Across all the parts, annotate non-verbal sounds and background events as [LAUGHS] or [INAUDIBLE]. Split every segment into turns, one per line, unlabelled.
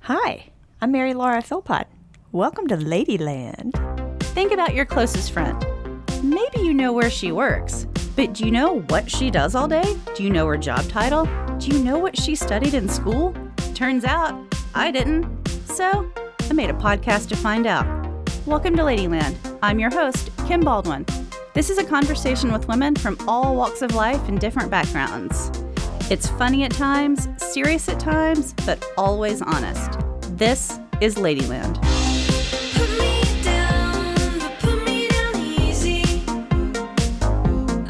Hi, I'm Mary Laura Philpott. Welcome to Ladyland.
Think about your closest friend. Maybe you know where she works, but do you know what she does all day? Do you know her job title? Do you know what she studied in school? Turns out I didn't. So I made a podcast to find out. Welcome to Ladyland. I'm your host, Kim Baldwin. This is a conversation with women from all walks of life and different backgrounds. It's funny at times, serious at times, but always honest. This is Ladyland.
Put me down, but put me down easy.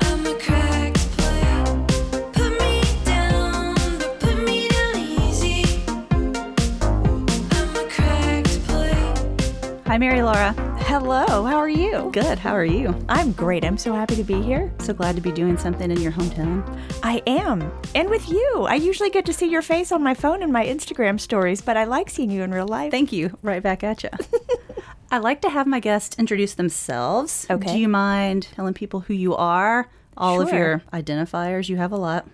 I'm a cracked player. Put me down, but put me down easy. I'm a cracked player.
Hi, Mary Laura.
Hello, how are you?
Good. How are you?
I'm great. I'm so happy to be here.
So glad to be doing something in your hometown.
I am. And with you. I usually get to see your face on my phone and my Instagram stories, but I like seeing you in real life.
Thank you. Right back at you. [LAUGHS] I like to have my guests introduce themselves.
Okay.
Do you mind telling people who you are? All of
Sure.
your identifiers. You have a lot.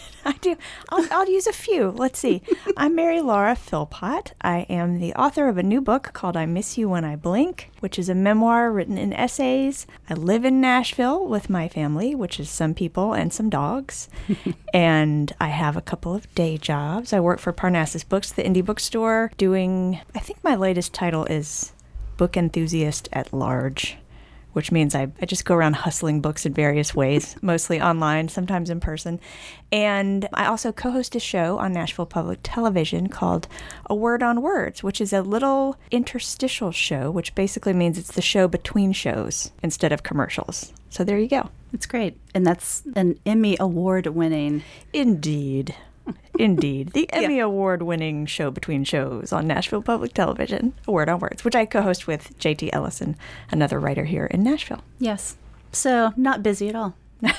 [LAUGHS] I do. I'll, I'll use a few. Let's see. I'm Mary Laura Philpott. I am the author of a new book called I Miss You When I Blink, which is a memoir written in essays. I live in Nashville with my family, which is some people and some dogs. and I have a couple of day jobs. I work for Parnassus Books, the indie bookstore, doing, I think my latest title is Book Enthusiast at Large which means I, I just go around hustling books in various ways, [LAUGHS] mostly online, sometimes in person. And I also co host a show on Nashville Public Television called A Word on Words, which is a little interstitial show, which basically means it's the show between shows instead of commercials. So there you go.
It's great. And that's an Emmy award winning.
[LAUGHS] Indeed. Indeed. The Emmy Award winning show between shows on Nashville Public Television, A Word on Words, which I co host with JT Ellison, another writer here in Nashville.
Yes. So not busy at all.
[LAUGHS]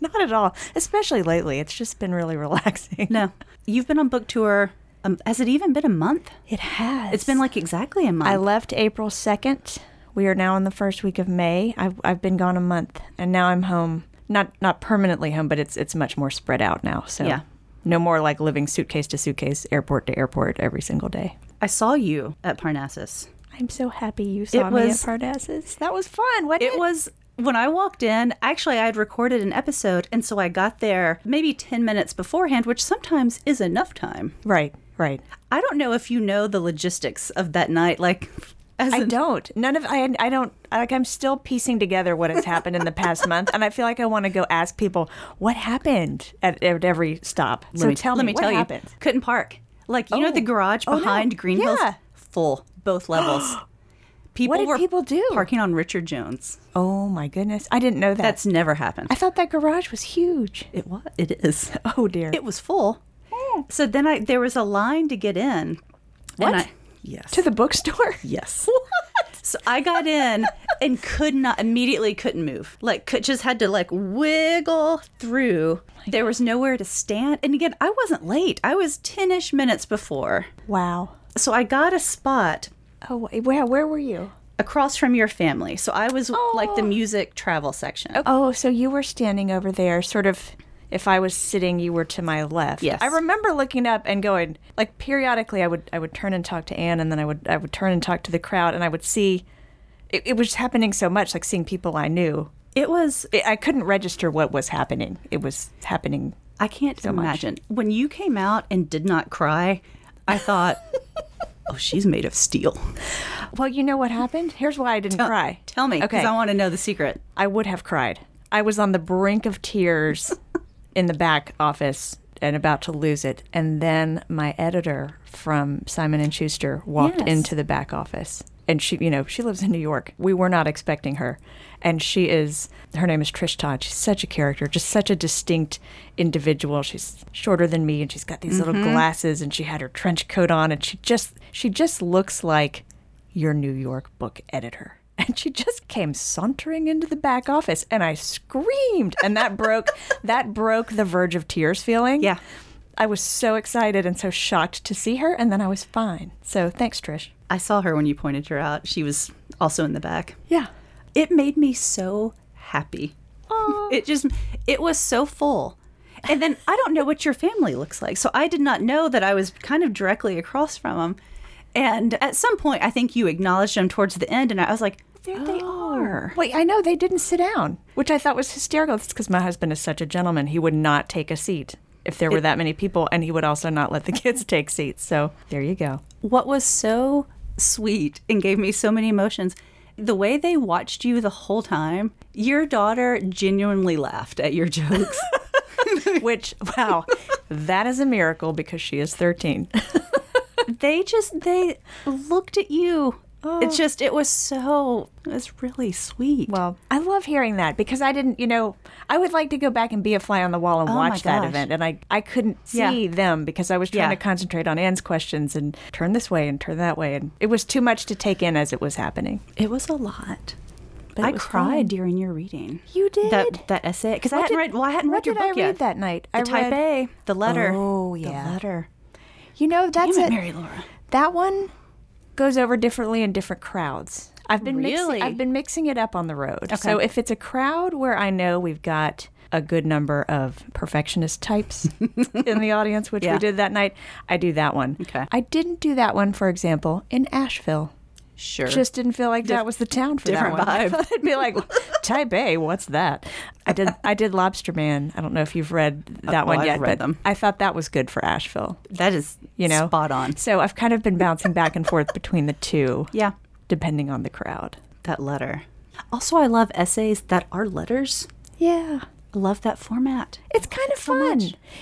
Not at all, especially lately. It's just been really relaxing.
No. You've been on book tour. Um, has it even been a month?
It has.
It's been like exactly a month.
I left April 2nd. We are now in the first week of May. I've, I've been gone a month and now I'm home. Not not permanently home, but it's it's much more spread out now. So
Yeah.
no more like living suitcase to suitcase, airport to airport every single day.
I saw you at Parnassus.
I'm so happy you saw me at
was-
Parnassus. That was fun. Wasn't it,
It was when I walked in, actually, I had recorded an episode, and so I got there maybe 10 minutes beforehand, which sometimes is enough time.
right, right.
I don't know if you know the logistics of that night. Like, as
I
in-
don't. None of I. I don't. Like I'm still piecing together what has happened in the past month, and I feel like I want to go ask people what happened at, at every stop. so tell
let
me, what happened.
you. Couldn't park. Like, you know, the garage
Oh, no.
behind Green Hills?
Yeah.
Full,
[GASPS]
both levels. people
What did
were
people do?
Parking on Richard Jones.
Oh my goodness, I didn't know that.
That's never happened.
I thought that garage was huge.
it was.
[LAUGHS]
It is.
Oh dear.
It was full. So then I there was a line to get in.
Oh. What?
And I, yes.
to the bookstore.
Yes.
[LAUGHS] What?
So I got in and could not immediately couldn't move. Like could, just had to like wiggle through.
Oh
There was nowhere to stand. And again, I wasn't late. I was 10ish minutes before.
Wow.
So I got a spot
Oh wa- where where were you?
across from your family. So I was like the music travel section.
Oh, so you were standing over there, sort of. If I was sitting, you were to my left.
Yes.
I remember looking up and going like periodically. I would I would turn and talk to Anne, and then I would I would turn and talk to the crowd, and I would see. It, it was happening so much, like seeing people I knew.
It was
It, I couldn't register what was happening. It was happening.
I can't
much.
imagine. When you came out and did not cry, I
[LAUGHS]
thought, "Oh, she's made of steel."
Well, you know what happened. Here's why I didn't cry.
Tell me cuz
Okay.
I want to know the secret.
I would have cried. I was on the brink of tears in the back office and about to lose it. And then my editor from Simon and Schuster walked
Yes.
into the back office. And she, you know, she lives in New York. We were not expecting her. And she is her name is Trish Todd. She's such a character, just such a distinct individual. She's shorter than me and she's got these little glasses and she had her trench coat on and she just she just looks like your New York book editor. [LAUGHS] And she just came sauntering into the back office and I screamed and that broke that broke the verge of tears feeling.
Yeah.
I was so excited and so shocked to see her and then I was fine. So thanks Trish.
I saw her when you pointed her out. She was also in the back.
Yeah.
It made me so happy. It just it was so full. And then I don't know what your family looks like. So I did not know that I was kind of directly across from him. And at some point, I think you acknowledged him towards the end, and I was like, there they are.
Wait, I know they didn't sit down, which I thought was hysterical. That's because my husband is such a gentleman. He would not take a seat if there were that many people, and he would also not let the [LAUGHS] kids take seats. So there you go.
[LAUGHS] What was so sweet and gave me so many emotions, the way they watched you the whole time, your daughter genuinely laughed at your [LAUGHS] jokes.
Which, wow, that is a miracle because she is [LAUGHS] 13.
they just they looked at you. It's just it was so it was really sweet.
Well, I love hearing that because I didn't, you know, I would like to go back and be a fly on the wall and
Oh my
watch that
gosh.
event. And I, I couldn't
Yeah.
see them because I was trying
Yeah.
to concentrate on Anne's questions and turn this way and turn that way. And it was too much to take in as it was happening.
It was a lot.
But it
I
was
cried
fun.
during your reading.
You did?
that that essay because I
What
hadn't
did-
read. Well, I hadn't
what
read your
did
book
I read
yet.
that night?
The
I
Type
read-
A, the letter.
Oh,
the
yeah.
letter.
You know, that's
Damn
a-
it, Mary Laura.
That one goes over differently in different crowds. I've been
Really?
mixing, I've been mixing it up on the road. So if it's a crowd where I know we've got a good number of perfectionist
[LAUGHS]
types in the audience, which
Yeah.
we did that night, I do that one.
Okay.
I didn't do that one, for example, in Asheville.
Sure.
Just didn't feel like that was the town for
different
that one. [LAUGHS] I
vibe.
thought It'd be like Type A. What's that? I did. I did Lobster Man. I don't know if you've read that
oh,
one
I've
yet,
read
but
them.
I thought that was good for Asheville
that is
you know
spot on.
so i've kind of been bouncing back and forth between the two
Yeah,
depending on the crowd
that letter. Also, I love essays that are letters.
yeah
I love that format.
it's kind of fun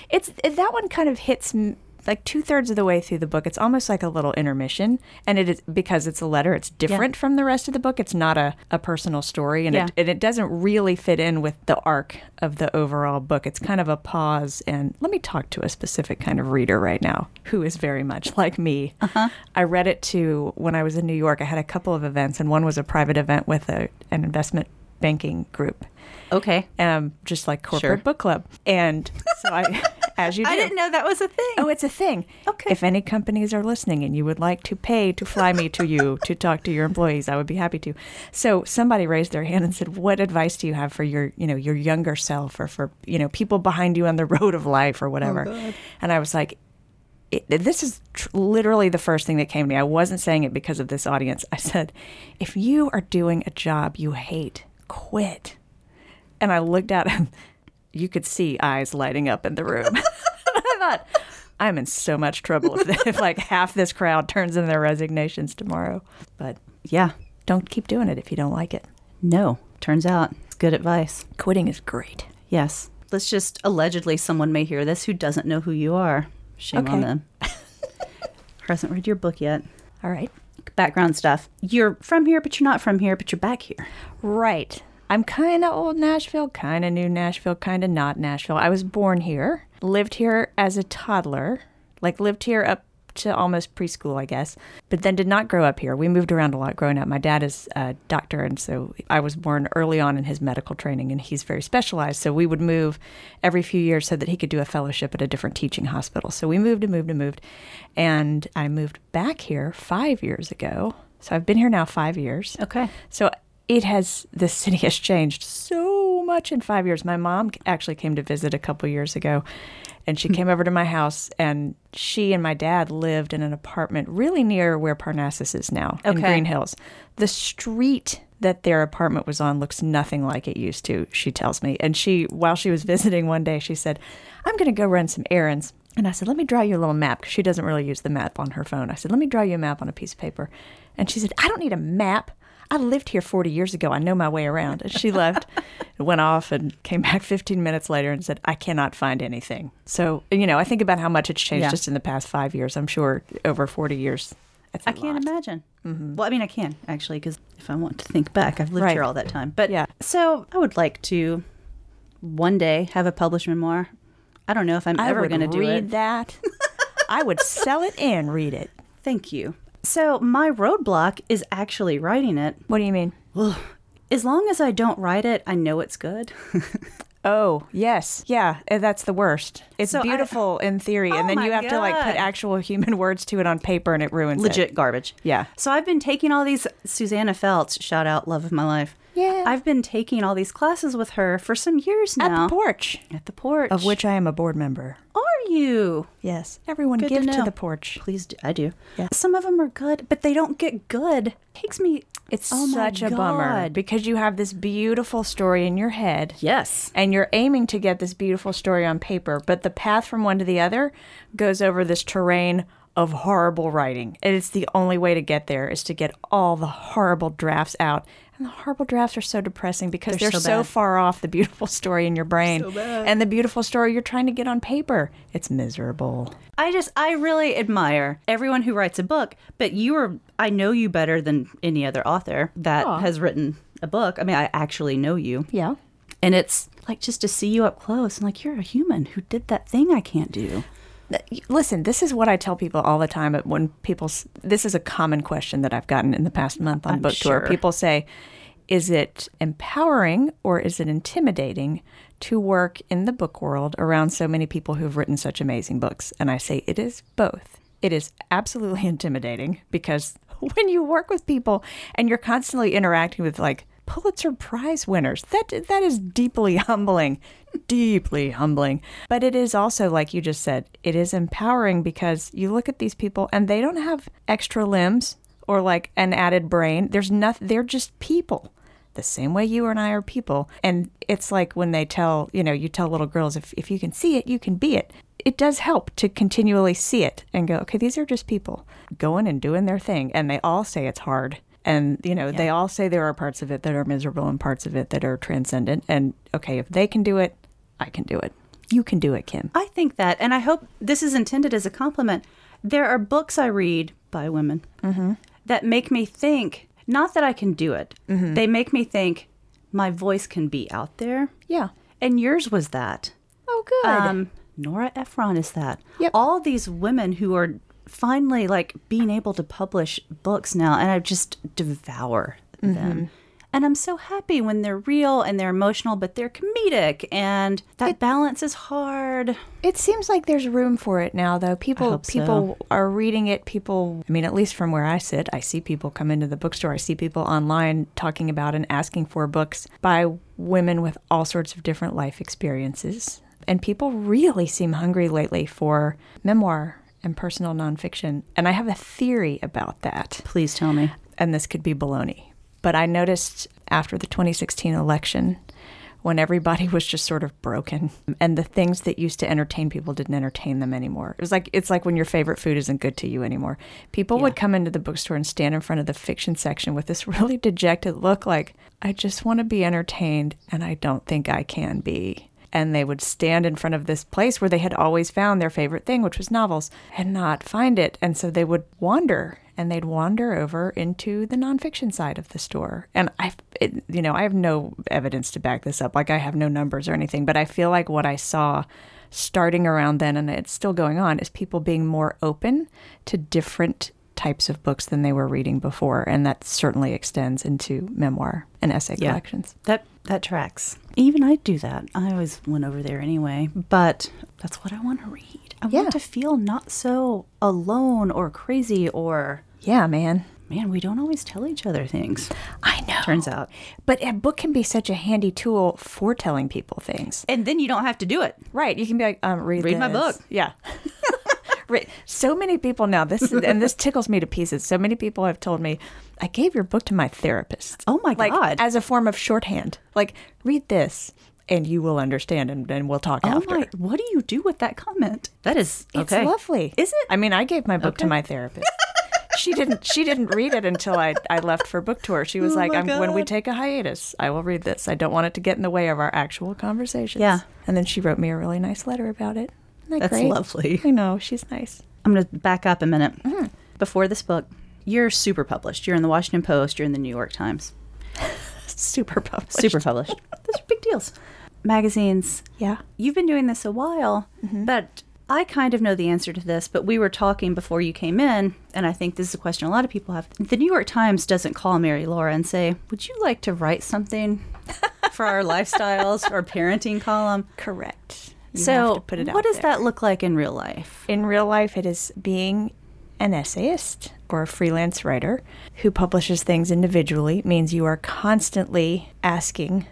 it's that one kind of hits m- like two-thirds of the way through the book it's almost like a little intermission and it is because it's a letter it's different from the rest of the book it's not a, a personal story and,
Yeah.
it, and it doesn't really fit in with the arc of the overall book it's kind of a pause and let me talk to a specific kind of reader right now who is very much like me i read it to when i was in new york i had a couple of events and one was a private event with a, an investment banking group
Okay.
um, just like corporate
Sure.
book club. And so I, [LAUGHS] as you do.
I didn't know that was a thing.
Oh, it's a thing.
Okay.
If any companies are listening and you would like to pay to fly me to you to talk to your employees, I would be happy to. So somebody raised their hand and said, "What advice do you have for your, you know, your younger self, or for you know people behind you on the [LAUGHS] road of life, or whatever?"
Oh,
and I was like, it, this is tr- literally the first thing that came to me. I wasn't saying it because of this audience. I said, if you are doing a job you hate, quit. And I looked at him. You could see eyes lighting up in the room. And I thought, I'm in so much trouble if, if like half this crowd turns in their resignations tomorrow. But
yeah.
don't keep doing it if you don't like it.
No. Turns out it's good advice.
Quitting is great.
Yes. Let's just allegedly someone may hear this who doesn't know who you are. Shame on
Okay.
them. [LAUGHS] Hasn't read your book yet.
All right.
Background stuff. You're from here, but you're not from here, but you're back here.
Right. I'm kind of old Nashville, kind of new Nashville, kind of not Nashville. I was born here, lived here as a toddler, like lived here up to almost preschool, I guess, but then did not grow up here. We moved around a lot growing up. My dad is a doctor, and so I was born early on in his medical training, and he's very specialized. So we would move every few years so that he could do a fellowship at a different teaching hospital. So we moved and moved and moved, and I moved back here five years ago. So I've been here now five years.
Okay.
So it has, the city has changed so much in five years. My mom actually came to visit a couple years ago and she came over to my house and she and my dad lived in an apartment really near where Parnassus is now in
Okay.
Green Hills. The street that their apartment was on looks nothing like it used to, she tells me. And she, while she was [LAUGHS] visiting one day, she said, I'm going to go run some errands. And I said, Let me draw you a little map because she doesn't really use the map on her phone. I said, Let me draw you a map on a piece of paper. And she said, I don't need a map. I lived here 40 years ago. I know my way around. And she left, [LAUGHS] went off, and came back 15 minutes later and said, I cannot find anything. So, you know, I think about how much it's changed
Yeah.
just in the past five years. I'm sure over 40 years. That's a
I can't
lot.
imagine. Well, I mean, I can actually, because if I want to think back, I've lived
Right.
here all that time. But
Yeah.
So I would like to one day have a published memoir. I don't know if I'm ever going to do
read
it. [LAUGHS]
that. I would sell it and read it.
Thank you. So my roadblock is actually writing it.
What do you mean?
As long as I don't write it, I know it's good. [LAUGHS]
Oh, yes. Yeah, eh, that's the worst. It's
So I-
beautiful in theory,
Oh
and then
my
you have to like put
God.
actual human [LAUGHS] words to it on paper and it ruins it.
legit garbage.
Yeah.
So I've been taking all these Susanna Feltz, shout out love of my life.
Yeah.
I've been taking all these classes with her for some years
At
now.
the porch,
At the porch.
of which I am a board member.
are you?
Yes. Everyone
Good to
give to,
know.
the porch.
Please do. I do.
Yeah.
Some of them are good, but they don't get good. Takes me
It's
Oh my
such a bummer
God.
because you have this beautiful story in your head.
Yes.
And you're aiming to get this beautiful story on paper, but the path from one to the other goes over this terrain of horrible writing. And it's the only way to get there is to get all the horrible drafts out. And the horrible drafts are so depressing because they're,
They're so
so,
bad.
far off the beautiful [LAUGHS] story in your brain. And the beautiful story you're trying to get on paper. It's miserable.
I just I really admire everyone who writes a book, but you are I know you better than any other author that has written a book. I mean, I actually know you.
Yeah.
And it's like just to see you up close and like you're a human who did that thing I can't do.
Listen, this is what I tell people all the time. but When people, s- this is a common question that I've gotten in the past month on
I'm
book
sure.
tour. People say, "Is it empowering or is it intimidating to work in the book world around so many people who've written such amazing books?" And I say, "It is both. It is absolutely [LAUGHS] intimidating because [LAUGHS] when you work with people and you're constantly interacting with like Pulitzer Prize winners. That that is deeply [LAUGHS] humbling, deeply humbling. But it is also like you just said, it is empowering because you look at these people and they don't have extra limbs or like an added brain. There's nothing. They're just people. The same way you and I are people. And it's like when they tell, you know, you tell little girls, if, if you can see it, you can be it. It does help to continually see it and go, okay, these are just people going and doing their thing. And they all say it's hard and you know they all say there are parts of it that are miserable and parts of it that are transcendent and okay if they can do it i can do it you can do it kim
I think that, and I hope this is intended as a compliment. There are books I read by women
Mm-hmm.
that make me think, not that I can do it,
Mm-hmm.
they make me think my voice can be out there.
yeah
And yours was that.
oh good
Um, Nora Ephron is that.
Yep.
All these women who are finally like being able to publish books now, and I just devour
Mm-hmm.
them. And I'm so happy when they're real and they're emotional, but they're comedic, and that balance is hard.
It seems like there's room for it now, though. People
hope so.
people are reading it. People, I mean, at least from where I sit, I see people come into the bookstore. I see people online talking about and asking for books by women with all sorts of different life experiences. And people really seem hungry lately for memoir and personal nonfiction. And I have a theory about that
Please tell me.
and this could be baloney, but I noticed after the 2016 election when everybody [LAUGHS] was just sort of broken and the things that used to entertain people didn't entertain them anymore. It was like it's like when your favorite food isn't good to you anymore. People would come into the bookstore and stand in front of the fiction section with this [LAUGHS] really dejected look like I just want to be entertained and I don't think I can be and they would stand in front of this place where they had always found their favorite thing, which was novels, and not find it. And so they would wander and they'd wander over into the nonfiction side of the store. And I, it, you know, I have no evidence to back this up. Like I have no numbers or anything, but I feel like what I saw starting around then, and it's still going on, is people being more open to different types of books than they were reading before. And that certainly extends into memoir and essay
Yeah.
collections.
That that tracks. Even I do that. I always went over there anyway. But that's what I want to read. I
Yeah.
want to feel not so alone or crazy or
Yeah, man.
man, we don't always tell each other things.
I know.
Turns out.
But a book can be such a handy tool for telling people things.
And then you don't have to do it.
Right. You can be like, um, read,
Read my
this.
book.
Yeah. [LAUGHS] Re- so many people now, this is, and this tickles me to pieces. So many people have told me, I gave your book to my therapist.
Oh my
like,
God.
As a form of shorthand. Like, read this and you will understand and then we'll talk
Oh
after.
my what do you do with that comment? That is
It's
okay.
lovely.
Is it?
I mean, I gave my book to my therapist. she didn't she didn't read it until I, I left for book tour. She was like,
Oh my
I'm, when we
God.
take a hiatus, I will read this. I don't want it to get in the way of our actual conversations.
Yeah.
And then she wrote me a really nice letter about it. Isn't that
That's
great?
lovely.
I know, she's nice. [LAUGHS]
I'm going to back up a minute. Before this book, you're super published. You're in the Washington Post, you're in the New York [LAUGHS] Times.
Super published.
Super published. Those are big deals. Magazines,
Yeah.
you've been doing this a while, but I kind of know the answer to this, but we were talking before you came in, and I think this is a question a lot of people have. The New York Times doesn't call Mary Laura and say, Would you like to write something? for [LAUGHS] our lifestyles, our parenting column.
Correct. You
So,
have to put it out
what does
there.
that look like in real life?
In real life, it is being an essayist or a freelance writer who publishes things individually It means you are constantly asking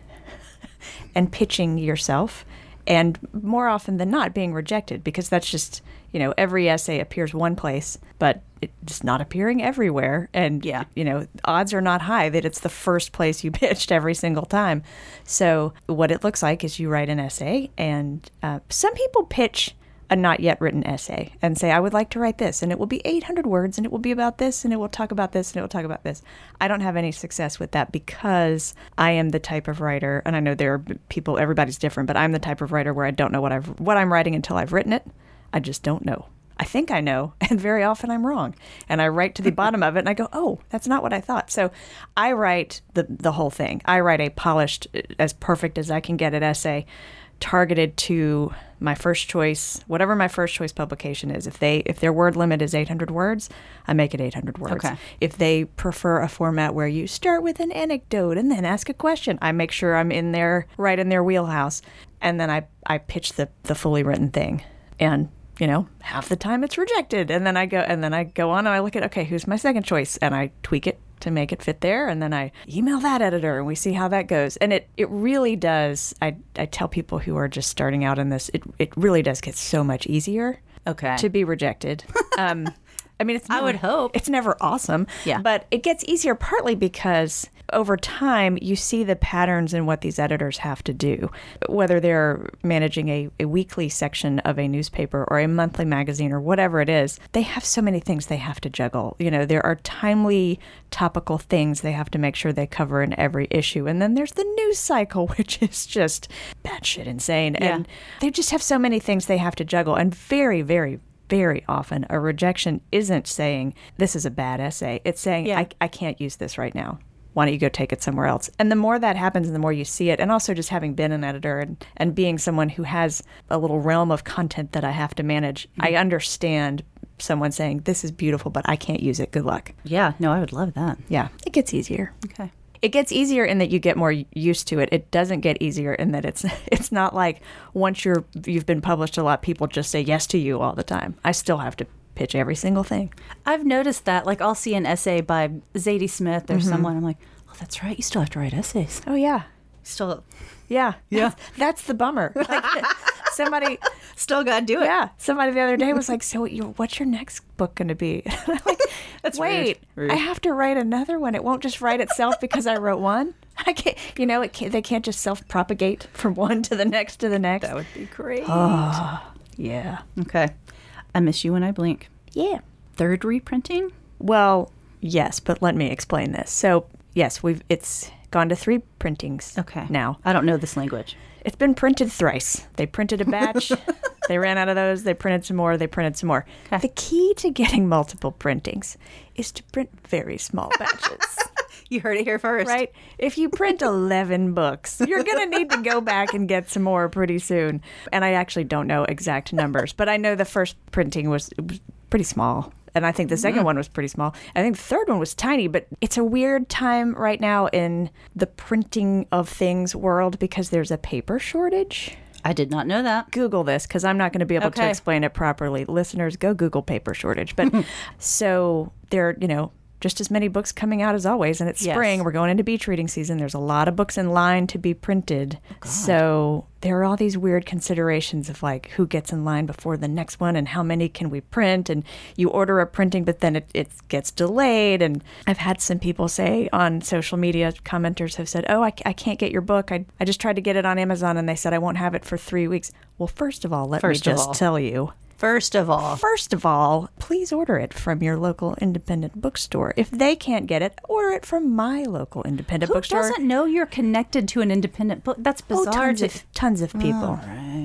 [LAUGHS] and pitching yourself and more often than not being rejected because that's just you know every essay appears one place but it's not appearing everywhere and
Yeah.
you know odds are not high that it's the first place you [LAUGHS] pitched every single time so what it looks like is you write an essay and uh, some people pitch a not yet written essay and say i would like to write this and it will be 800 words and it will be about this and it will talk about this and it will talk about this i don't have any success with that because i am the type of writer and i know there are people everybody's different but i'm the type of writer where i don't know what i've what i'm writing until i've written it i just don't know i think i know [LAUGHS] and very often i'm wrong and i write to the bottom of it and i go oh that's not what i thought so i write the the whole thing i write a polished uh, as perfect as i can get an essay targeted to my first choice whatever my first choice publication is if they if their word limit is 800 words i make it 800 words
Okay.
if they prefer a format where you start with an anecdote and then ask a question i make sure i'm in their right in their wheelhouse and then i i pitch the the fully written thing and you know half the time it's rejected and then i go and then i go on and i look at okay who's my second choice and i tweak it to make it fit there and then I email that editor and we see how that goes and it it really does I I tell people who are just starting out in this it it really does get so much easier
Okay.
to be
[LAUGHS]
rejected um I mean it's
I would hope.
it's never awesome
Yeah.
but it gets easier partly because over time you see the patterns in what these editors have to do whether they're managing a, a weekly section of a newspaper or a monthly magazine or whatever it is they have so many things they have to juggle you know there are timely topical things they have to make sure they cover in every issue and then there's the news cycle [LAUGHS] which is just batshit insane and they just have so many things they have to juggle and very very very often a rejection isn't saying this is a bad essay it's saying
Yeah.
I, I can't use this right now why don't you go take it somewhere else and the more that happens and the more you see it and also just having been an editor and, and being someone who has a little realm of content that i have to manage i understand someone saying this is beautiful but i can't use it good luck
yeah, no, I would love that.
yeah it gets easier
Okay.
it gets easier in that you get more used to it. It doesn't get easier in that it's [LAUGHS] it's not like once you're you've been published a lot, people just say yes to you all the time. I still have to pitch every single thing.
I've noticed that. Like, I'll see an essay by Zadie Smith or someone. I'm like, oh, that's right. You still have to write essays.
Oh yeah,
Still,
yeah, yeah. That's the bummer. Like, [LAUGHS] somebody,
still got to do it.
yeah, somebody the other day was like, "So you, what's your next book going to be?" [LAUGHS] And I'm like,
That's rude.
wait,
Rude.
I have to write another one. It won't just write itself because I wrote one. [LAUGHS] I can't, you know, it can't, they can't just self propagate from one to the next to the next.
That would be great.
yeah,
Okay. I miss you when I blink.
yeah.
Third reprinting?
Well, yes, but let me explain this. So, yes, we've it's gone to three printings. Now, Uh,
I don't know this language.
it's been printed thrice. They printed a batch. they ran out of those. They printed some more. They printed some more. The key to getting multiple printings is to print very small batches.
You heard it here first.
Right? If you
[LAUGHS]
print 11 books, [LAUGHS] you're going to need to go back and get some more pretty soon. And I actually don't know exact numbers, but I know the first printing was, it was pretty small. And I think the
Mm-hmm.
2nd one was pretty small. I think the third one was tiny, but it's a weird time right now in the printing of things world because there's a paper shortage.
I did not know that.
Google this because I'm not going to be able to
Okay.
explain it properly. Listeners, go Google paper shortage.
[LAUGHS]
But so there, are, you know, just as many books coming out as always, and it's
Yes.
spring. We're going into beach reading season. There's a lot of books in line to be printed. so there are all these weird considerations of like who gets in line before the next one and how many can we print. And you order a printing, but then it, it gets delayed. And I've had some people say on social media, commenters have said, Oh, I, c- I can't get your book. I, I just tried to get it on Amazon and they said I won't have it for three weeks. Well, first of all, let
First
me
of
just
all.
tell you.
First of all,
First of all, please order it from your local independent bookstore. If they can't get it, order it from my local independent
who
bookstore.
doesn't know you're connected to an independent book? That's
Oh,
bizarre.
tons
to-
of tons of people,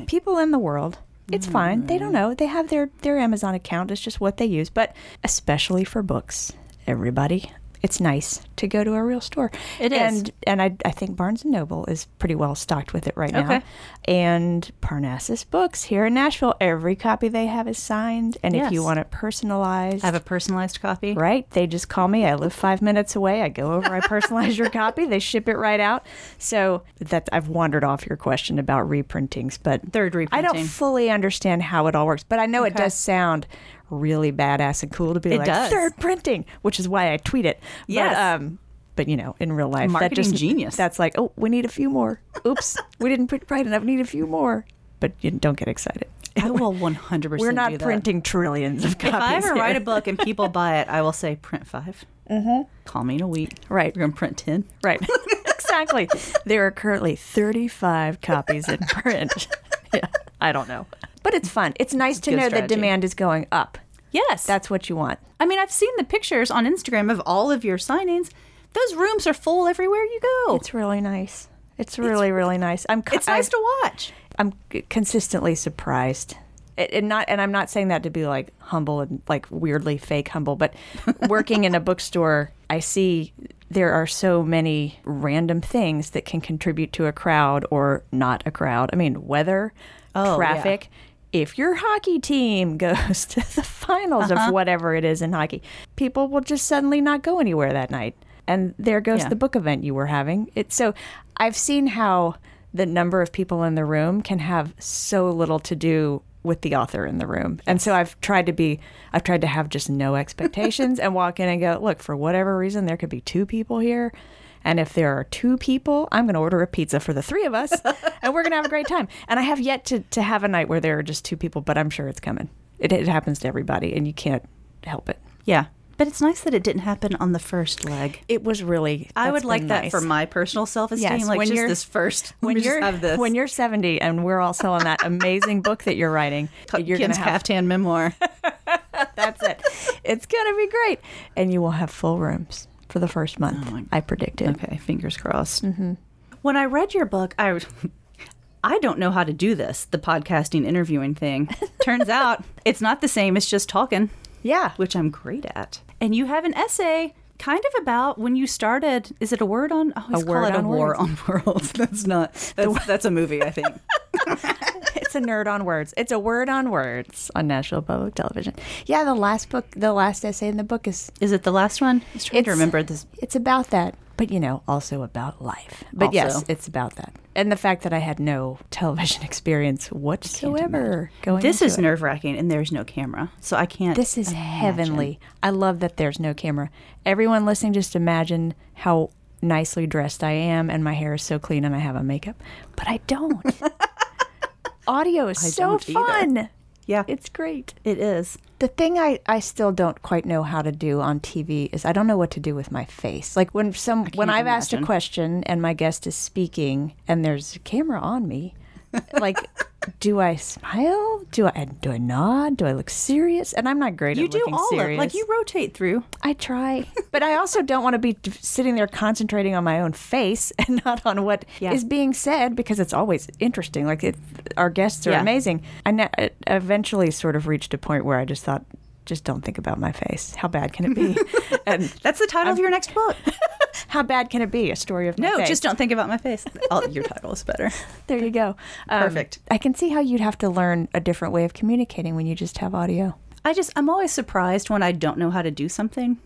people in the world. It's fine. They don't
Hmm.
know. They have their their Amazon account. It's just what they use. But especially for books, everybody, it's nice to go to a real store.
It is.
and and I, I think Barnes and Noble is pretty well stocked with it right now.
Okay.
And Parnassus Books here in Nashville, every copy they have is signed, and if you
Yes.
want it personalized,
I have a personalized copy.
Right. They just call me. I live five minutes away. I go over, I personalize your copy. They ship it right out. So that I've wandered off your question about reprintings, but
Third
I
reprinting.
don't fully understand how it all works, but I know it
Okay.
does sound really badass and cool to be
It
like
does.
third printing, which is why I tweet it.
Yes.
But, um, but you know, in real life,
Marketing
that just,
genius.
That's like, oh, we need a few more. Oops, we didn't print right enough. Need a few more. But you don't get excited.
I will 100%
We're
do
not
that.
printing trillions of copies.
If I ever
here.
write a book and people buy it, I will say print 5 Call me in a week.
Right.
We're going to print 10.
Right. [LAUGHS] exactly. There are currently 35 copies in [LAUGHS] print. yeah, I don't know. But it's fun. It's nice to
good
know that
strategy.
demand is going up.
Yes.
That's what you want.
I mean, I've seen the pictures on Instagram of all of your signings. Those rooms are full everywhere you go. It's,
It's really nice. It's really, really nice. I'm co-
nice
I-
to watch.
I'm c- consistently surprised. It, and not and I'm not saying that to be like humble and like weirdly fake humble,
[LAUGHS]
but working in a bookstore, I see there are so many random things that can contribute to a crowd or not a crowd. I mean, weather,
Oh, yeah.
traffic. If your hockey team [LAUGHS] goes to the finals
Uh-huh.
of whatever it is in hockey, people will just suddenly not go anywhere that night. And there goes
Yeah.
the book event you were having. It so I've seen how the number of people in the room can have so little to do with the author in the room. And so I've tried to be I've tried to have just no expectations and walk in and go, look, for whatever reason there could be two people here. And if there are two people, I'm going to order a pizza for the three
[LAUGHS]
of us and we're going to have a great time. And I have yet to, to have a night where there are just two people, but I'm sure it's coming. It, it happens to everybody and you can't help it.
Yeah. But it's nice that it didn't happen on the first leg.
It was really,
I
that's
would like
been
that
nice.
for my personal self esteem.
Yes,
like
when
just
you're-
this first,
when
just
you're
have this.
when you're 70 and we're all selling that amazing book that you're
[LAUGHS]
writing you're
Kim's
gonna have
caftan memoir.
that's it it's gonna be great and you will have full rooms for the first month
Oh my-
i predict it
[LAUGHS] Okay, fingers crossed. When I read your book, I was- [LAUGHS] I don't know how to do this, the podcasting interviewing [LAUGHS] thing. Turns out it's not the same, it's just talking,
yeah
which I'm great at. And you have an essay kind of about when you started, is it a word on? I always call
Word
it
on
a war
Words.
on worlds. [LAUGHS] That's not that's, that's a movie, I [LAUGHS] think.
[LAUGHS] it's a nerd on words it's a word on words on national public television yeah the last book the last essay in the book is
Is it the last one? I was trying to
It's-
remember this.
it's about that but you know also about life but yes
Also.
it's about that and the fact that i had no television [LAUGHS] experience whatsoever going
This
into
is
it.
nerve wracking and there's no camera. So I can't
This is heavenly. I love that there's no camera. Everyone listening, just imagine how nicely dressed I am and my hair is so clean and I have a makeup, but I don't.
[LAUGHS]
Audio is so
don't either.
fun.
Yeah.
It's great.
it is.
The thing I, I still don't quite know how to do on TV is I don't know what to do with my face. Like when some when I've asked a
imagine.
question and my guest is speaking and there's a camera on me,
[LAUGHS]
like do I smile? Do I do I nod? Do I look serious? And I'm not great
You
at
do
looking
all
serious.
of like you rotate through.
I try, but I also don't want to be d- sitting there concentrating on my own face [LAUGHS] and not on what is
Yeah.
being said because it's always interesting. Like it, our guests are
Yeah.
amazing. I ne- I eventually sort of reached a point where I just thought, just don't think about my face. How bad can it
[LAUGHS]
be? and
That's the title of your next [LAUGHS] book.
how bad can it be? A story of my
No,
face.
just don't think about my [LAUGHS] face. Oh, your title is better.
there you go. Um,
Perfect.
I can see how you'd have to learn a different way of communicating when you just have audio.
I just I'm always surprised when I don't know how to do something.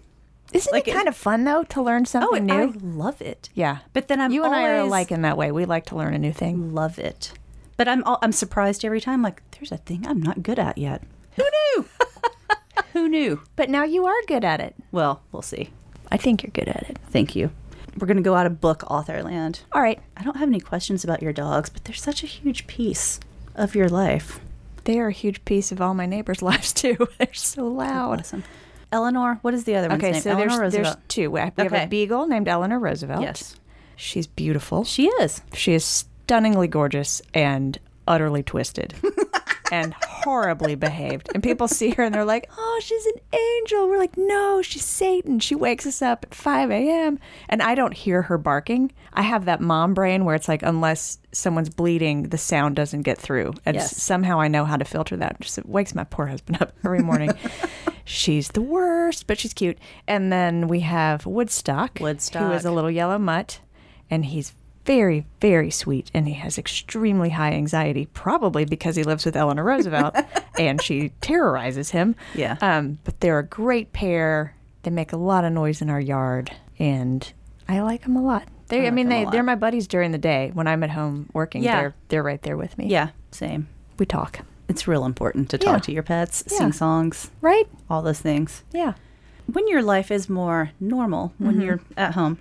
Isn't
Like
it
it-
kind of fun though to learn something
Oh, and
new?
I love it.
yeah,
But then I'm
you and I are
always-
alike in that way. We like to learn a new thing.
Love it. But I'm all, I'm surprised every time. Like there's a thing I'm not good at yet. Who knew? [LAUGHS] Who knew?
But now you are good at it.
Well, we'll see.
I think you're good at it.
Thank you. We're gonna go out of book author land.
All right.
I don't have any questions about your dogs, but they're such a huge piece of your life.
They are a huge piece of all my neighbors' [LAUGHS] lives too. They're so loud.
Awesome. Eleanor, what is the other one's
Okay,
name?
so
Eleanor
there's there's
Roosevelt.
two. We have we have
Okay.
a beagle named Eleanor Roosevelt.
yes,
She's beautiful.
she is. [LAUGHS]
She is stunningly gorgeous and utterly twisted and horribly behaved. And people see her and they're like, oh, she's an angel. We're like, no, she's Satan. She wakes us up at 5 a.m. And I don't hear her barking. I have that mom brain where it's like, unless someone's bleeding, the sound doesn't get through. And
Yes.
somehow I know how to filter that. Just it wakes my poor husband up every
[LAUGHS]
morning. she's the worst, but she's cute. And then we have Woodstock, who
Woodstock.
is a little yellow mutt, and he's very, very sweet, and he has extremely high anxiety, probably because he lives with Eleanor
[LAUGHS]
Roosevelt, and she terrorizes him.
Yeah.
Um, but they're a great pair. They make a lot of noise in our yard, and I like them a lot. They, I,
like
mean,
them a
they,
lot.
they're my buddies during the day. When I'm at home working,
Yeah.
they're they're right there with me.
Yeah, same.
we talk,
It's real important to talk
Yeah.
to your pets,
Yeah.
sing songs,
right?
all those things.
Yeah.
When your life is more normal,
Mm-hmm.
when you're at home,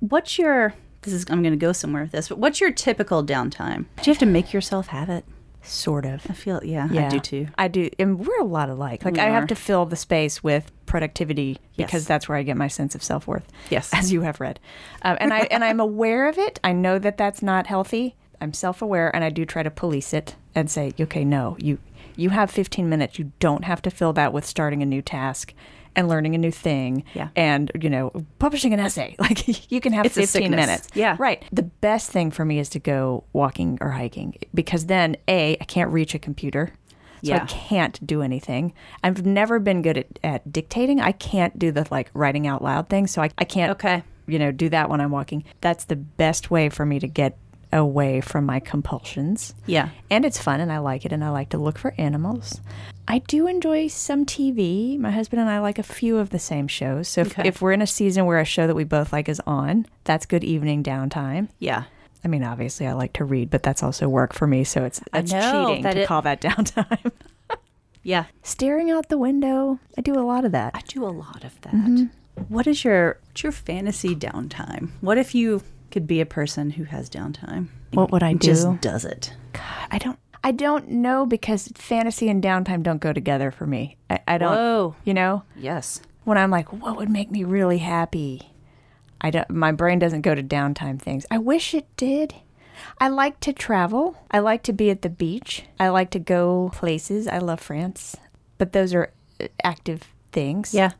what's your this is I'm going to go somewhere with this, but what's your typical downtime? Do you have to make yourself have it?
Sort of.
I feel yeah, I do too.
I do, and we're a lot alike. Like
We
I
are.
have to fill the space with productivity
Yes.
because that's where I get my sense of self worth.
Yes.
as you have read, um, and I
[LAUGHS]
and I'm aware of it. I know that that's not healthy. I'm self aware, and I do try to police it and say, okay, no, you you have 15 minutes. You don't have to fill that with starting a new task. And learning a new thing,
Yeah.
and you know, publishing an essay. [LAUGHS] Like you can have
It's a
15
sickness.
minutes,
Yeah.
right. The best thing for me is to go walking or hiking because then A, I can't reach a computer. So
Yeah.
I can't do anything. I've never been good at, at dictating. I can't do the like writing out loud thing. So I, I can't
Okay.
you know, do that when I'm walking. That's the best way for me to get away from my compulsions.
Yeah.
And it's fun and I like it and I like to look for animals. I do enjoy some TV. My husband and I like a few of the same shows. So if,
Okay.
if we're in a season where a show that we both like is on, that's good evening downtime.
Yeah.
I mean, obviously, I like to read, but that's also work for me. So it's
I
that's
know,
cheating
that
to
it-
call that [LAUGHS] downtime.
Yeah.
Staring out the window, I do a lot of
I
that.
do a lot of that.
Mm-hmm.
What is your what's your fantasy downtime? What if you could be a person who has downtime?
What would I do?
Just does it.
I don't. I don't know because fantasy and downtime don't go together for me. I, I don't.
Whoa.
You know,
Yes.
when I'm like, what would make me really happy? I don't, my brain doesn't go to downtime things. I wish it did. I like to travel. I like to be at the beach. I like to go places. I love France. But those are uh, active things.
Yeah.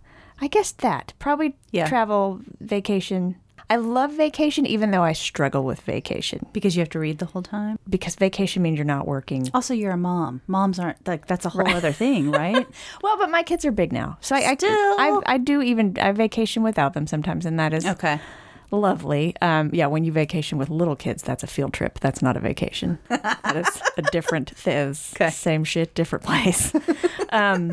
I guess that. Probably
Yeah.
travel, vacation. I love vacation even though I struggle with vacation
Because you have to read the whole time.
because vacation means you're not working.
Also, you're a mom. Moms aren't like that's a whole other
[LAUGHS]
thing, right?
Well, but my kids are big now. So I
Still.
I, I I do even I vacation without them sometimes and that is
okay.
Lovely. Um, yeah, when you vacation with little kids, that's a field trip. That's not a vacation. that is
[LAUGHS]
a different thing.
Okay.
Same shit, different
[LAUGHS]
place. um,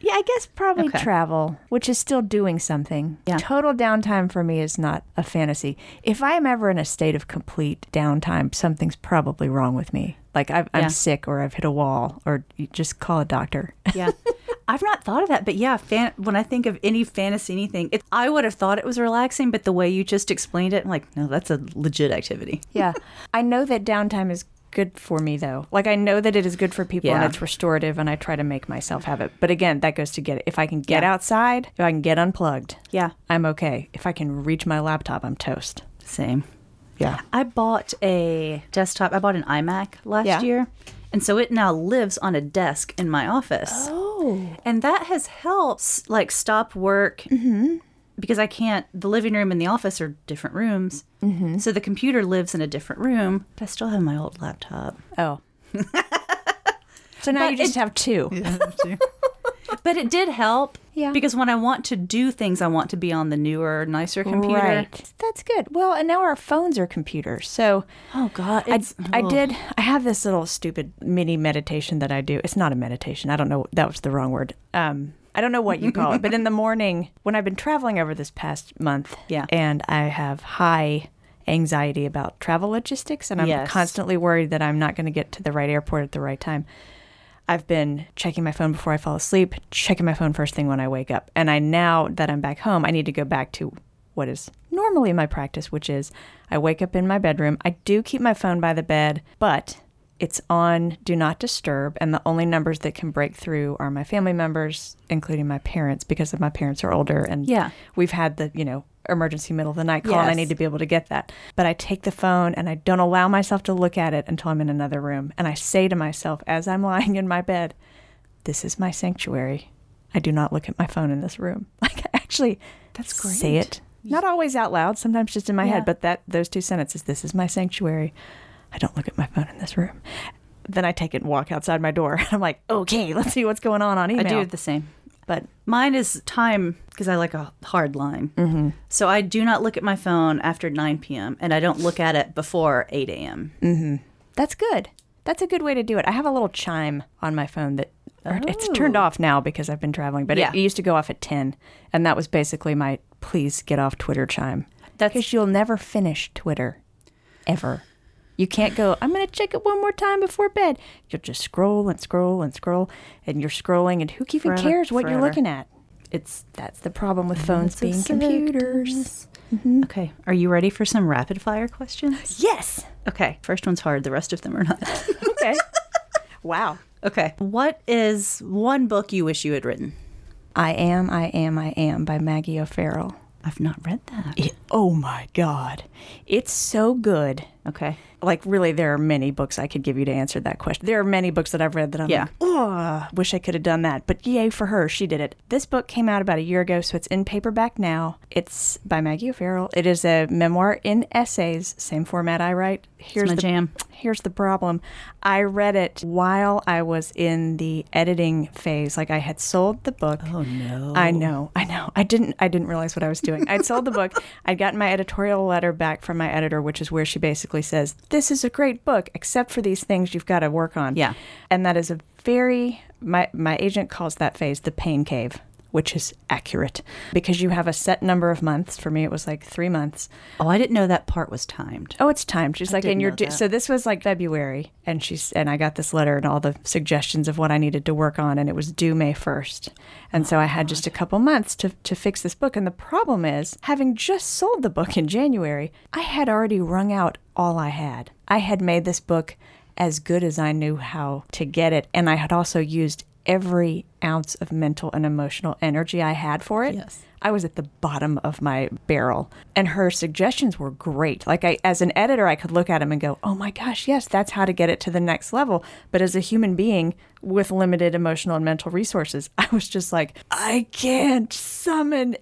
yeah, I guess probably
Okay.
travel, which is still doing something.
Yeah.
Total downtime for me is not a fantasy. If I am ever in a state of complete downtime, something's probably wrong with me. Like I've,
Yeah.
I'm sick or I've hit a wall or you just call a doctor. [LAUGHS]
Yeah. I've not thought of that, but yeah, fan- when I think of any fantasy anything, it, I would have thought it was relaxing, but the way you just explained it, I'm like, no, that's a legit activity.
yeah. I know that downtime is good for me though. Like I know that it is good for people
Yeah.
and it's restorative and I try to make myself have it. But again, that goes to get if I can get
Yeah.
outside, if I can get unplugged,
Yeah.
I'm okay. If I can reach my laptop, I'm toast.
Same.
Yeah.
I bought a desktop. I bought an iMac last
Yeah.
year. And so it now lives on a desk in my office.
Oh.
And that has helped like stop work
Mm-hmm.
because I can't, the living room and the office are different rooms.
Mm-hmm.
So the computer lives in a different room, but I still have my
[LAUGHS]
old laptop. [LAUGHS]
Oh. so now
But
you just
it-
have two.
But it did help.
Yeah.
Because when I want to do things, I want to be on the newer, nicer computer.
Right. That's good. Well, and now our phones are computers. So
Oh, God.
I,
It's,
I
ugh.
did I have this little stupid mini meditation that I do. It's not a meditation. I don't know that was the wrong word. Um I don't know what you call it, but in
[LAUGHS]
the morning when I've been traveling over this past month
Yeah.
and I have high anxiety about travel logistics and I'm
Yes.
constantly worried that I'm not going to get to the right airport at the right time. I've been checking my phone before I fall asleep, checking my phone first thing when I wake up. And I now that I'm back home, I need to go back to what is normally my practice, which is I wake up in my bedroom. I do keep my phone by the bed, but It's on Do Not Disturb, and the only numbers that can break through are my family members, including my parents, because of my parents are older and
Yeah.
we've had the, you know, emergency middle of the night call and I
Yes.
need to be able to get that. But I take the phone and I don't allow myself to look at it until I'm in another room. And I say to myself as I'm [LAUGHS] lying in my bed, this is my sanctuary. I do not look at my phone in this room. [LAUGHS] Like I actually
That's
say
great.
it. Not always out loud, sometimes just in my
Yeah.
head, but that those two sentences, this is my sanctuary. I don't look at my phone in this room. Then I take it and walk outside my door. [LAUGHS] I'm like, okay, let's see what's going on on
I
email.
do the same.
but
Mine is time because I like a hard line. Mm-hmm. So I do not look at my phone after 9 p.m. and I don't look at it before 8 a.m.
That's good. That's a good way to do it. I have a little chime on my phone that or it's turned
Oh.
off now because I've been traveling, but
Yeah.
it, it used to go off at 10. And that was basically my please get off Twitter chime.
That's-
because you'll never finish Twitter ever. You can't go, I'm going to check it one more time before bed. You'll just scroll and scroll and scroll, and you're scrolling, and who even
Forever,
cares what
forever.
you're looking at?
It's
That's the problem with phones being computers. Mm.
Okay. Are you ready for some rapid fire questions?
Yes.
[LAUGHS]
[LAUGHS]
Okay. First one's hard, the rest of them are not. [LAUGHS]
Okay. wow.
okay. What is one book you wish you had written?
I Am, I Am, I Am by Maggie O'Farrell.
I've not read that.
It- oh my God. It's so good.
Okay.
Like, really, there are many books I could give you to answer that question. There are many books that I've read that I'm
Yeah.
like, oh, wish I could have done that. But yay for her. She did it. This book came out about a year ago, so it's in paperback now. It's by Maggie O'Farrell. It is a memoir in essays, same format I write. Here's
my
the
jam.
Here's the problem. I read it while I was in the editing phase. Like I had sold the book.
Oh, no.
I know, I know. I didn't I didn't realize what I was doing. I'd sold the book.
[LAUGHS]
I'd gotten my editorial letter back from my editor, which is where she basically says, This is a great book, except for these things you've got to work on.
Yeah.
And that is a very my my agent calls that phase the pain cave. Which is accurate because you have a set number of months. For me, it was like three months
Oh, I didn't know that part was timed.
oh it's time she's like
didn't
and you're
know
do-
that.
so this was like february and she's and i got this letter and all the suggestions of what i needed to work on and it was due may 1st and so i had just a couple months to, to fix this book and the problem is having just sold the book in january i had already wrung out all i had i had made this book as good as i knew how to get it and i had also used every ounce of mental and emotional energy i had for it
Yes.
I was at the bottom of my barrel. And her suggestions were great. Like I as an editor, I could look at them and go, "Oh my gosh, yes, that's how to get it to the next level." But as a human being with limited emotional and mental resources, [LAUGHS] I was just like, "I can't summon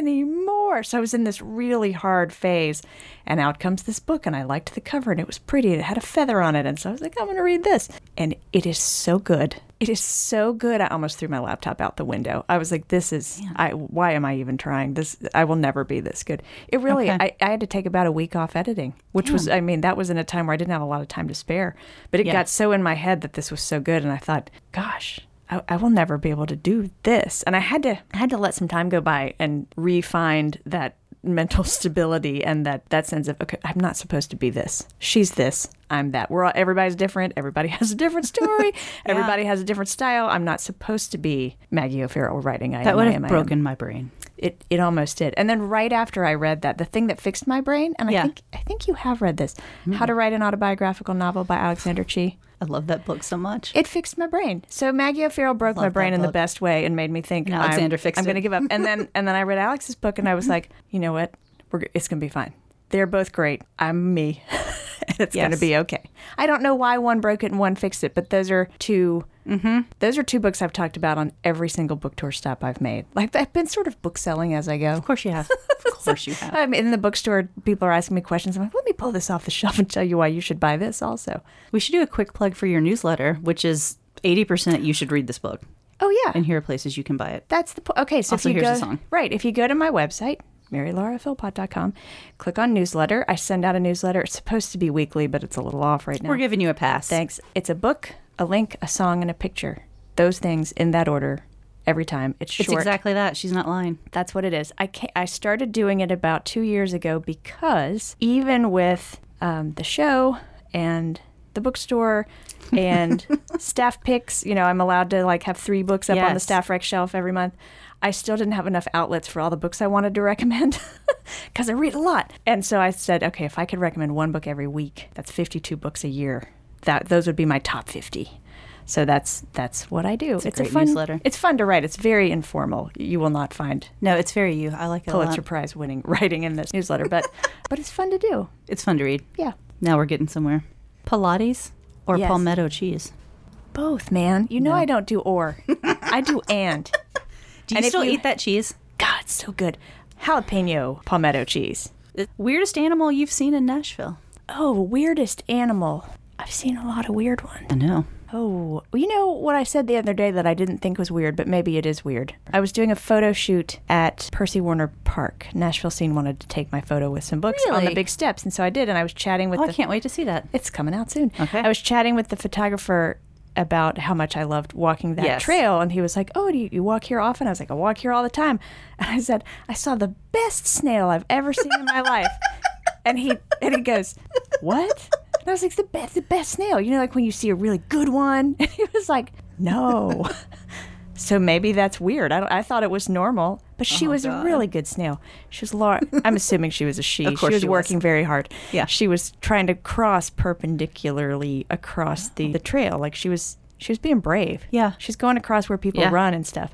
anymore." So I was in this really hard phase, and out comes this book and I liked the cover and it was pretty. and It had a feather on it, and so I was like, "I'm going to read this." And it is so good. It is so good. I almost threw my laptop out the window. I was like, "This is I. Why am I even trying this? I will never be this good." It really.
Okay.
I, I had to take about a week off editing, which was. I mean, that was in a time where I didn't have a lot of time to spare. But it
Yeah.
got so in my head that this was so good, and I thought, "Gosh." I, I will never be able to do this, and I had to I had to let some time go by and re-find that mental [LAUGHS] stability and that that sense of okay, I'm not supposed to be this. She's this. I'm that. We're all everybody's different. Everybody [LAUGHS] has a different
[LAUGHS]
story. Everybody has a different style. I'm not supposed to be Maggie O'Farrell writing. I
That
am,
would
I
have
am, I am.
broken my brain.
It it almost did. And then right after I read that, the thing that fixed my brain, and
Yeah.
I
Hmm.
think I think you have read this, How to Write an Autobiographical Novel by Alexander Chi.
I love that book so much.
It fixed my brain. So Maggie O'Farrell broke my
Love
brain
that
in the
book.
best way and made me think
And Alexander
I'm,
fixed
I'm
it.
going to give up. And
[LAUGHS]
then and then I read Alex's book and I was like, you know what? We're, g- it's going to be fine. They're both great. I'm me. [LAUGHS] it's going to
Yes.
be okay. I don't know why one broke it and one fixed it, but those are 2
Mm-hmm.
Those are two books I've talked about on every single book tour stop I've made. Like I've been sort of book selling as I go.
of course
[LAUGHS]
you have. of course you have.
I'm in the bookstore. People are asking me questions. I'm like, let me pull this off the shelf and tell you why you should buy this also.
We should do a quick plug for your newsletter, which is 80% you should read this book.
Oh yeah.
And here are places you can buy it.
That's the point. Okay, so
Also,
if you
here's
go
the song.
right, if you go to my website marylauraphilpott.com, click on newsletter. I send out a newsletter. It's supposed to be weekly, but it's a little off right now.
We're giving you a pass.
Thanks. It's a book, a link, a song, and a picture. Those things in that order every time. It's
It's
short.
exactly that. She's not lying.
That's what it is. I ca I started doing it about two years ago because even with um, the show and the bookstore
[LAUGHS]
and staff picks, you know, I'm allowed to like have three books up on the
Yes.
staff rec shelf every month. I still didn't have enough outlets for all the books I wanted to [LAUGHS] recommend because I read a lot. And so I said, okay, if I could recommend one book every week, that's 52 books a year. that those would be my top 50. So that's that's what I do. It's,
great
fun
newsletter.
It's fun to write. It's very informal. You will not find
No, it's very you. I like it a
Pulitzer
lot.
Prize winning [LAUGHS] writing in this newsletter,
[LAUGHS]
but but it's fun to do.
It's fun to read.
Yeah.
Now we're getting somewhere. Pilates or
Yes.
palmetto cheese?
Both, man. You know
No.
I don't do or. I
[LAUGHS]
do and.
Do you
And if
still
you-
eat that cheese?
God, it's so good. Jalapeno palmetto cheese.
The weirdest animal you've seen in Nashville?
Oh, weirdest animal. I've seen a lot of weird ones.
I know.
Oh, you know what I said the other day that I didn't think was weird, but maybe it is weird. I was doing a photo shoot at Percy Warner Park. Nashville scene wanted to take my photo with some books on the
Really?
big steps, and so I did. And I was chatting with
Oh, I
the
can't wait to see [LAUGHS] that.
It's coming out soon.
Okay.
I was chatting with the photographer about how much I loved walking that
Yes.
trail, and he was like, "Oh, do you, you walk here often?" I was like, "I walk here all the time." [LAUGHS] And I said, "I saw the best snail I've ever seen in my life," and he and he goes, "What?" And I was like, "The best, the best snail. You know, like when you see a really good one." [LAUGHS] And he was like,
[LAUGHS]
"No." So maybe that's weird. I, don't, I thought it was normal, but
Oh
she was a really good snail. She was Laura. I'm assuming she was a she.
[LAUGHS] Of course
she was
she was.
working very hard.
Yeah.
she was trying to cross perpendicularly across the, the trail. Like she was, she was being brave.
Oh. Yeah.
she's going across where people
Yeah.
run and stuff.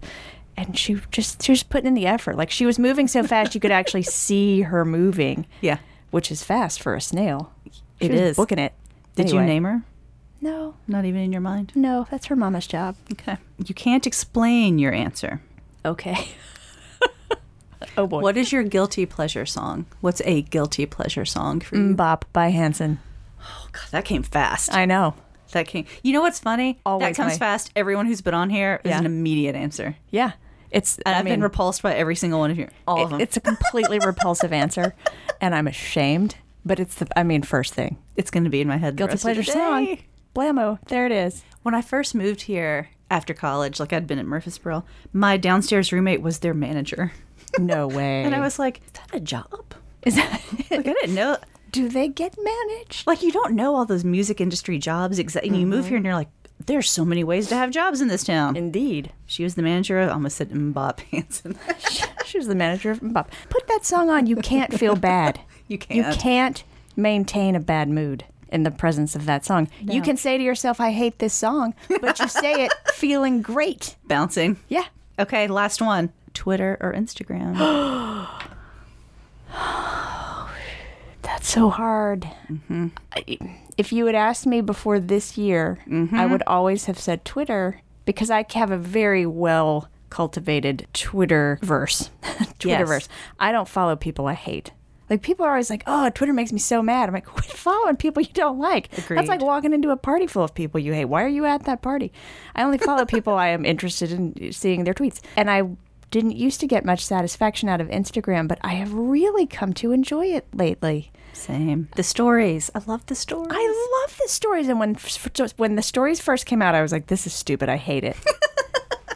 And she just she was putting in the effort. Like she was moving so fast, you could actually [LAUGHS] see her moving.
Yeah.
which is fast for a snail. She
It
was
is.
booking it.
Did you
Anyway.
name her?
No,
Not even in your mind.
no, that's her mama's job.
Okay. You can't explain your answer.
Okay. [LAUGHS] oh boy.
What is your guilty pleasure song? What's a guilty pleasure song for you?
Bop by Hanson.
Oh, Mm. God, that came fast.
I know.
that came. You know what's funny? that
Always
comes
my-
fast. Everyone who's been on here is
Yeah.
an immediate answer.
Yeah. It's
And
I
I've
mean,
been repulsed by every single one of you. All of
it-
them. [LAUGHS]
It's a completely repulsive answer and I'm ashamed, but it's the I mean first thing.
it's going to be in my head. the
Guilty
rest of
pleasure
the
song.
day.
Blammo. There it is.
When I first moved here after college, like I'd been at Murfreesboro, my downstairs roommate was their manager. [LAUGHS]
No way.
And I was like, is that a job?
is that [LAUGHS]
Like, I didn't know.
Do they get managed?
Like, you don't know all those music industry jobs. Exactly. And you move here and you're like, there's so many ways to have jobs in this town.
Indeed.
She was the manager of, I almost said [LAUGHS] Mbop Hansen.
She was the manager of Bop. Put that song on. You can't feel bad.
[LAUGHS] You
You
can't.
can't maintain a bad mood in the presence of that song. You can say to yourself, I hate this song, but you say it feeling great.
Bouncing.
Yeah.
Okay, last one Twitter or [GASPS] Instagram?
That's so hard. I, if you had asked me before this year, I would always have said Twitter because I have a very well cultivated Twitter verse. [LAUGHS] Twitter verse. I don't follow people I hate. Like people are always like, "Oh, Twitter makes me so mad." I'm like, [LAUGHS] "Quit following people you don't like." That's like
Agreed.
walking into a party full of people you hate. Why are you at that party? I only follow people I am interested in seeing their tweets. And I didn't used to get much satisfaction out of Instagram, but I have really come to enjoy it lately.
Same. The stories. I love the stories.
I love the stories. And when when the stories first came out, I was like, "This is stupid. I hate it."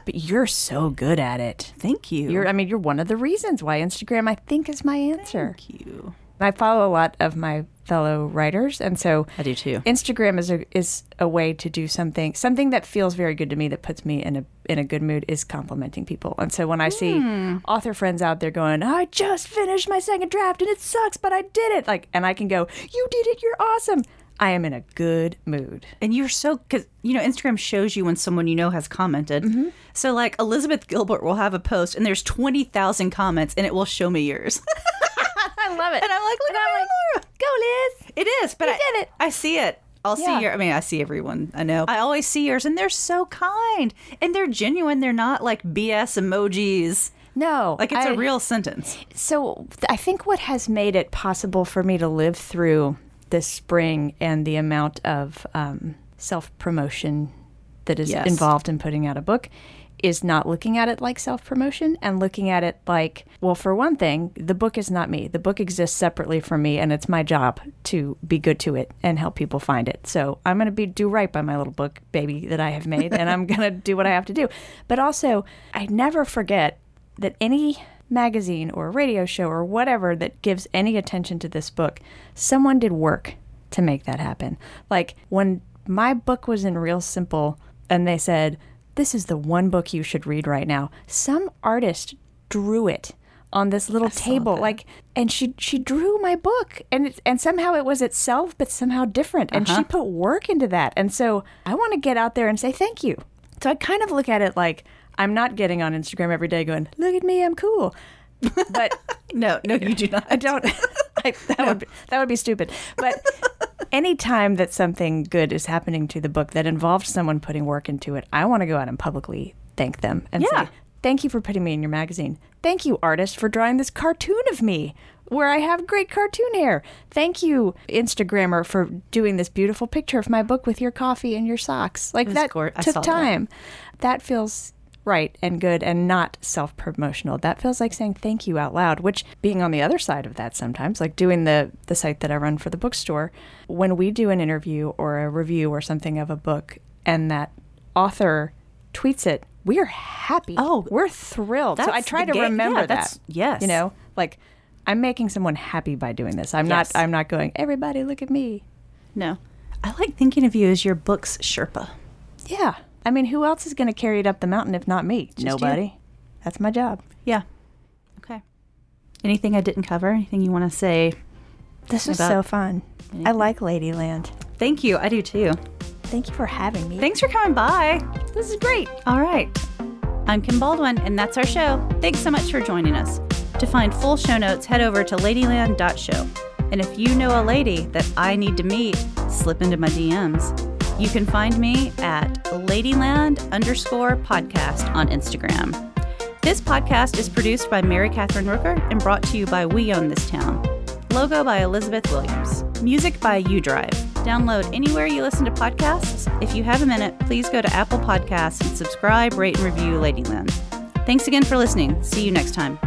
but you're so good at it.
Thank you.
You're, I mean, you're one of the reasons why Instagram, I think, is my answer.
Thank you.
I follow a lot of my fellow writers, and so
I do too.
Instagram is a is a way to do something something that feels very good to me that puts me in a in a good mood is complimenting people. And so when I
Hmm.
see author friends out there going, "I just finished my second draft and it sucks, but I did it." Like, and I can go, "You did it. You're awesome." I am in a good mood.
And you're so because you know Instagram shows you when someone you know has commented. So like Elizabeth Gilbert will have a post and there's twenty thousand comments and it will show me yours. [LAUGHS]
I love it.
and I'm like, look at Mary Laura, go Liz. It is, but
You
I
did it.
I see it. I'll
Yeah.
see your. I mean, I see everyone. I know. I always see yours, and they're so kind and they're genuine. They're not like BS emojis.
No.
Like it's
a
a real sentence.
so th- I think what has made it possible for me to live through this spring and the amount of um, self promotion that is
Yes.
involved in putting out a book is not looking at it like self promotion and looking at it like, well, for one thing, the book is not me. The book exists separately from me, and it's my job to be good to it and help people find it. So I'm going to be do right by my little book baby that I have made, and I'm going to do what I have to do. But also, I never forget that any magazine or radio show or whatever that gives any attention to this book, someone did work to make that happen. Like when my book was in Real Simple and they said, This is the one book you should read right now, some artist drew it on this little
saw
table
that.
like and she she drew my book and it, and somehow it was itself but somehow different and she put work into that and so I want to get out there and say thank you. So I kind of look at it like I'm not getting on Instagram every day going, "Look at me, I'm cool." But
No, no, you do not.
I don't. [LAUGHS] I, that would be, that would be stupid. But any time that something good is happening to the book that involved someone putting work into it, I want to go out and publicly thank them and
Yeah.
say, "Thank you for putting me in your magazine. Thank you, artist, for drawing this cartoon of me." Where I have great cartoon hair. Thank you, Instagrammer, for doing this beautiful picture of my book with your coffee and your socks. Like
was
that
gor- I saw
took
that.
time. That feels right and good and not self promotional. That feels like saying thank you out loud, which being on the other side of that sometimes, like doing the, the site that I run for the bookstore, when we do an interview or a review or something of a book and that author tweets it, we are happy.
Oh,
we're thrilled. So
that's
I try to
the ga-
remember
yeah, that's-
that.
yes.
You know, like I'm making someone happy by doing this. I'm
Yes.
not I'm not going, everybody look at me.
[LAUGHS] No. I like thinking of you as your book's Sherpa.
Yeah. I mean, who else is going to carry it up the mountain if not me? Just you.
Nobody.
That's my job.
Yeah. Okay. Anything I didn't cover? Anything you want to say?
This was
was so
so fun. I like Ladyland.
Thank you. I do too.
Thank you for having me.
Thanks for coming by.
This is great.
All right. I'm Kim Baldwin, and that's our show. Thanks so much for joining us. To find full show notes, head over to ladyland.show. And if you know a lady that I need to meet, slip into my DMs. You can find me at ladyland underscore podcast on Instagram. This podcast is produced by Mary Catherine Rooker and brought to you by We Own This Town. Logo by Elizabeth Williams. Music by UDrive. Download anywhere you listen to podcasts. If you have a minute, please go to Apple Podcasts and subscribe, rate, and review Ladyland. Thanks again for listening. See you next time.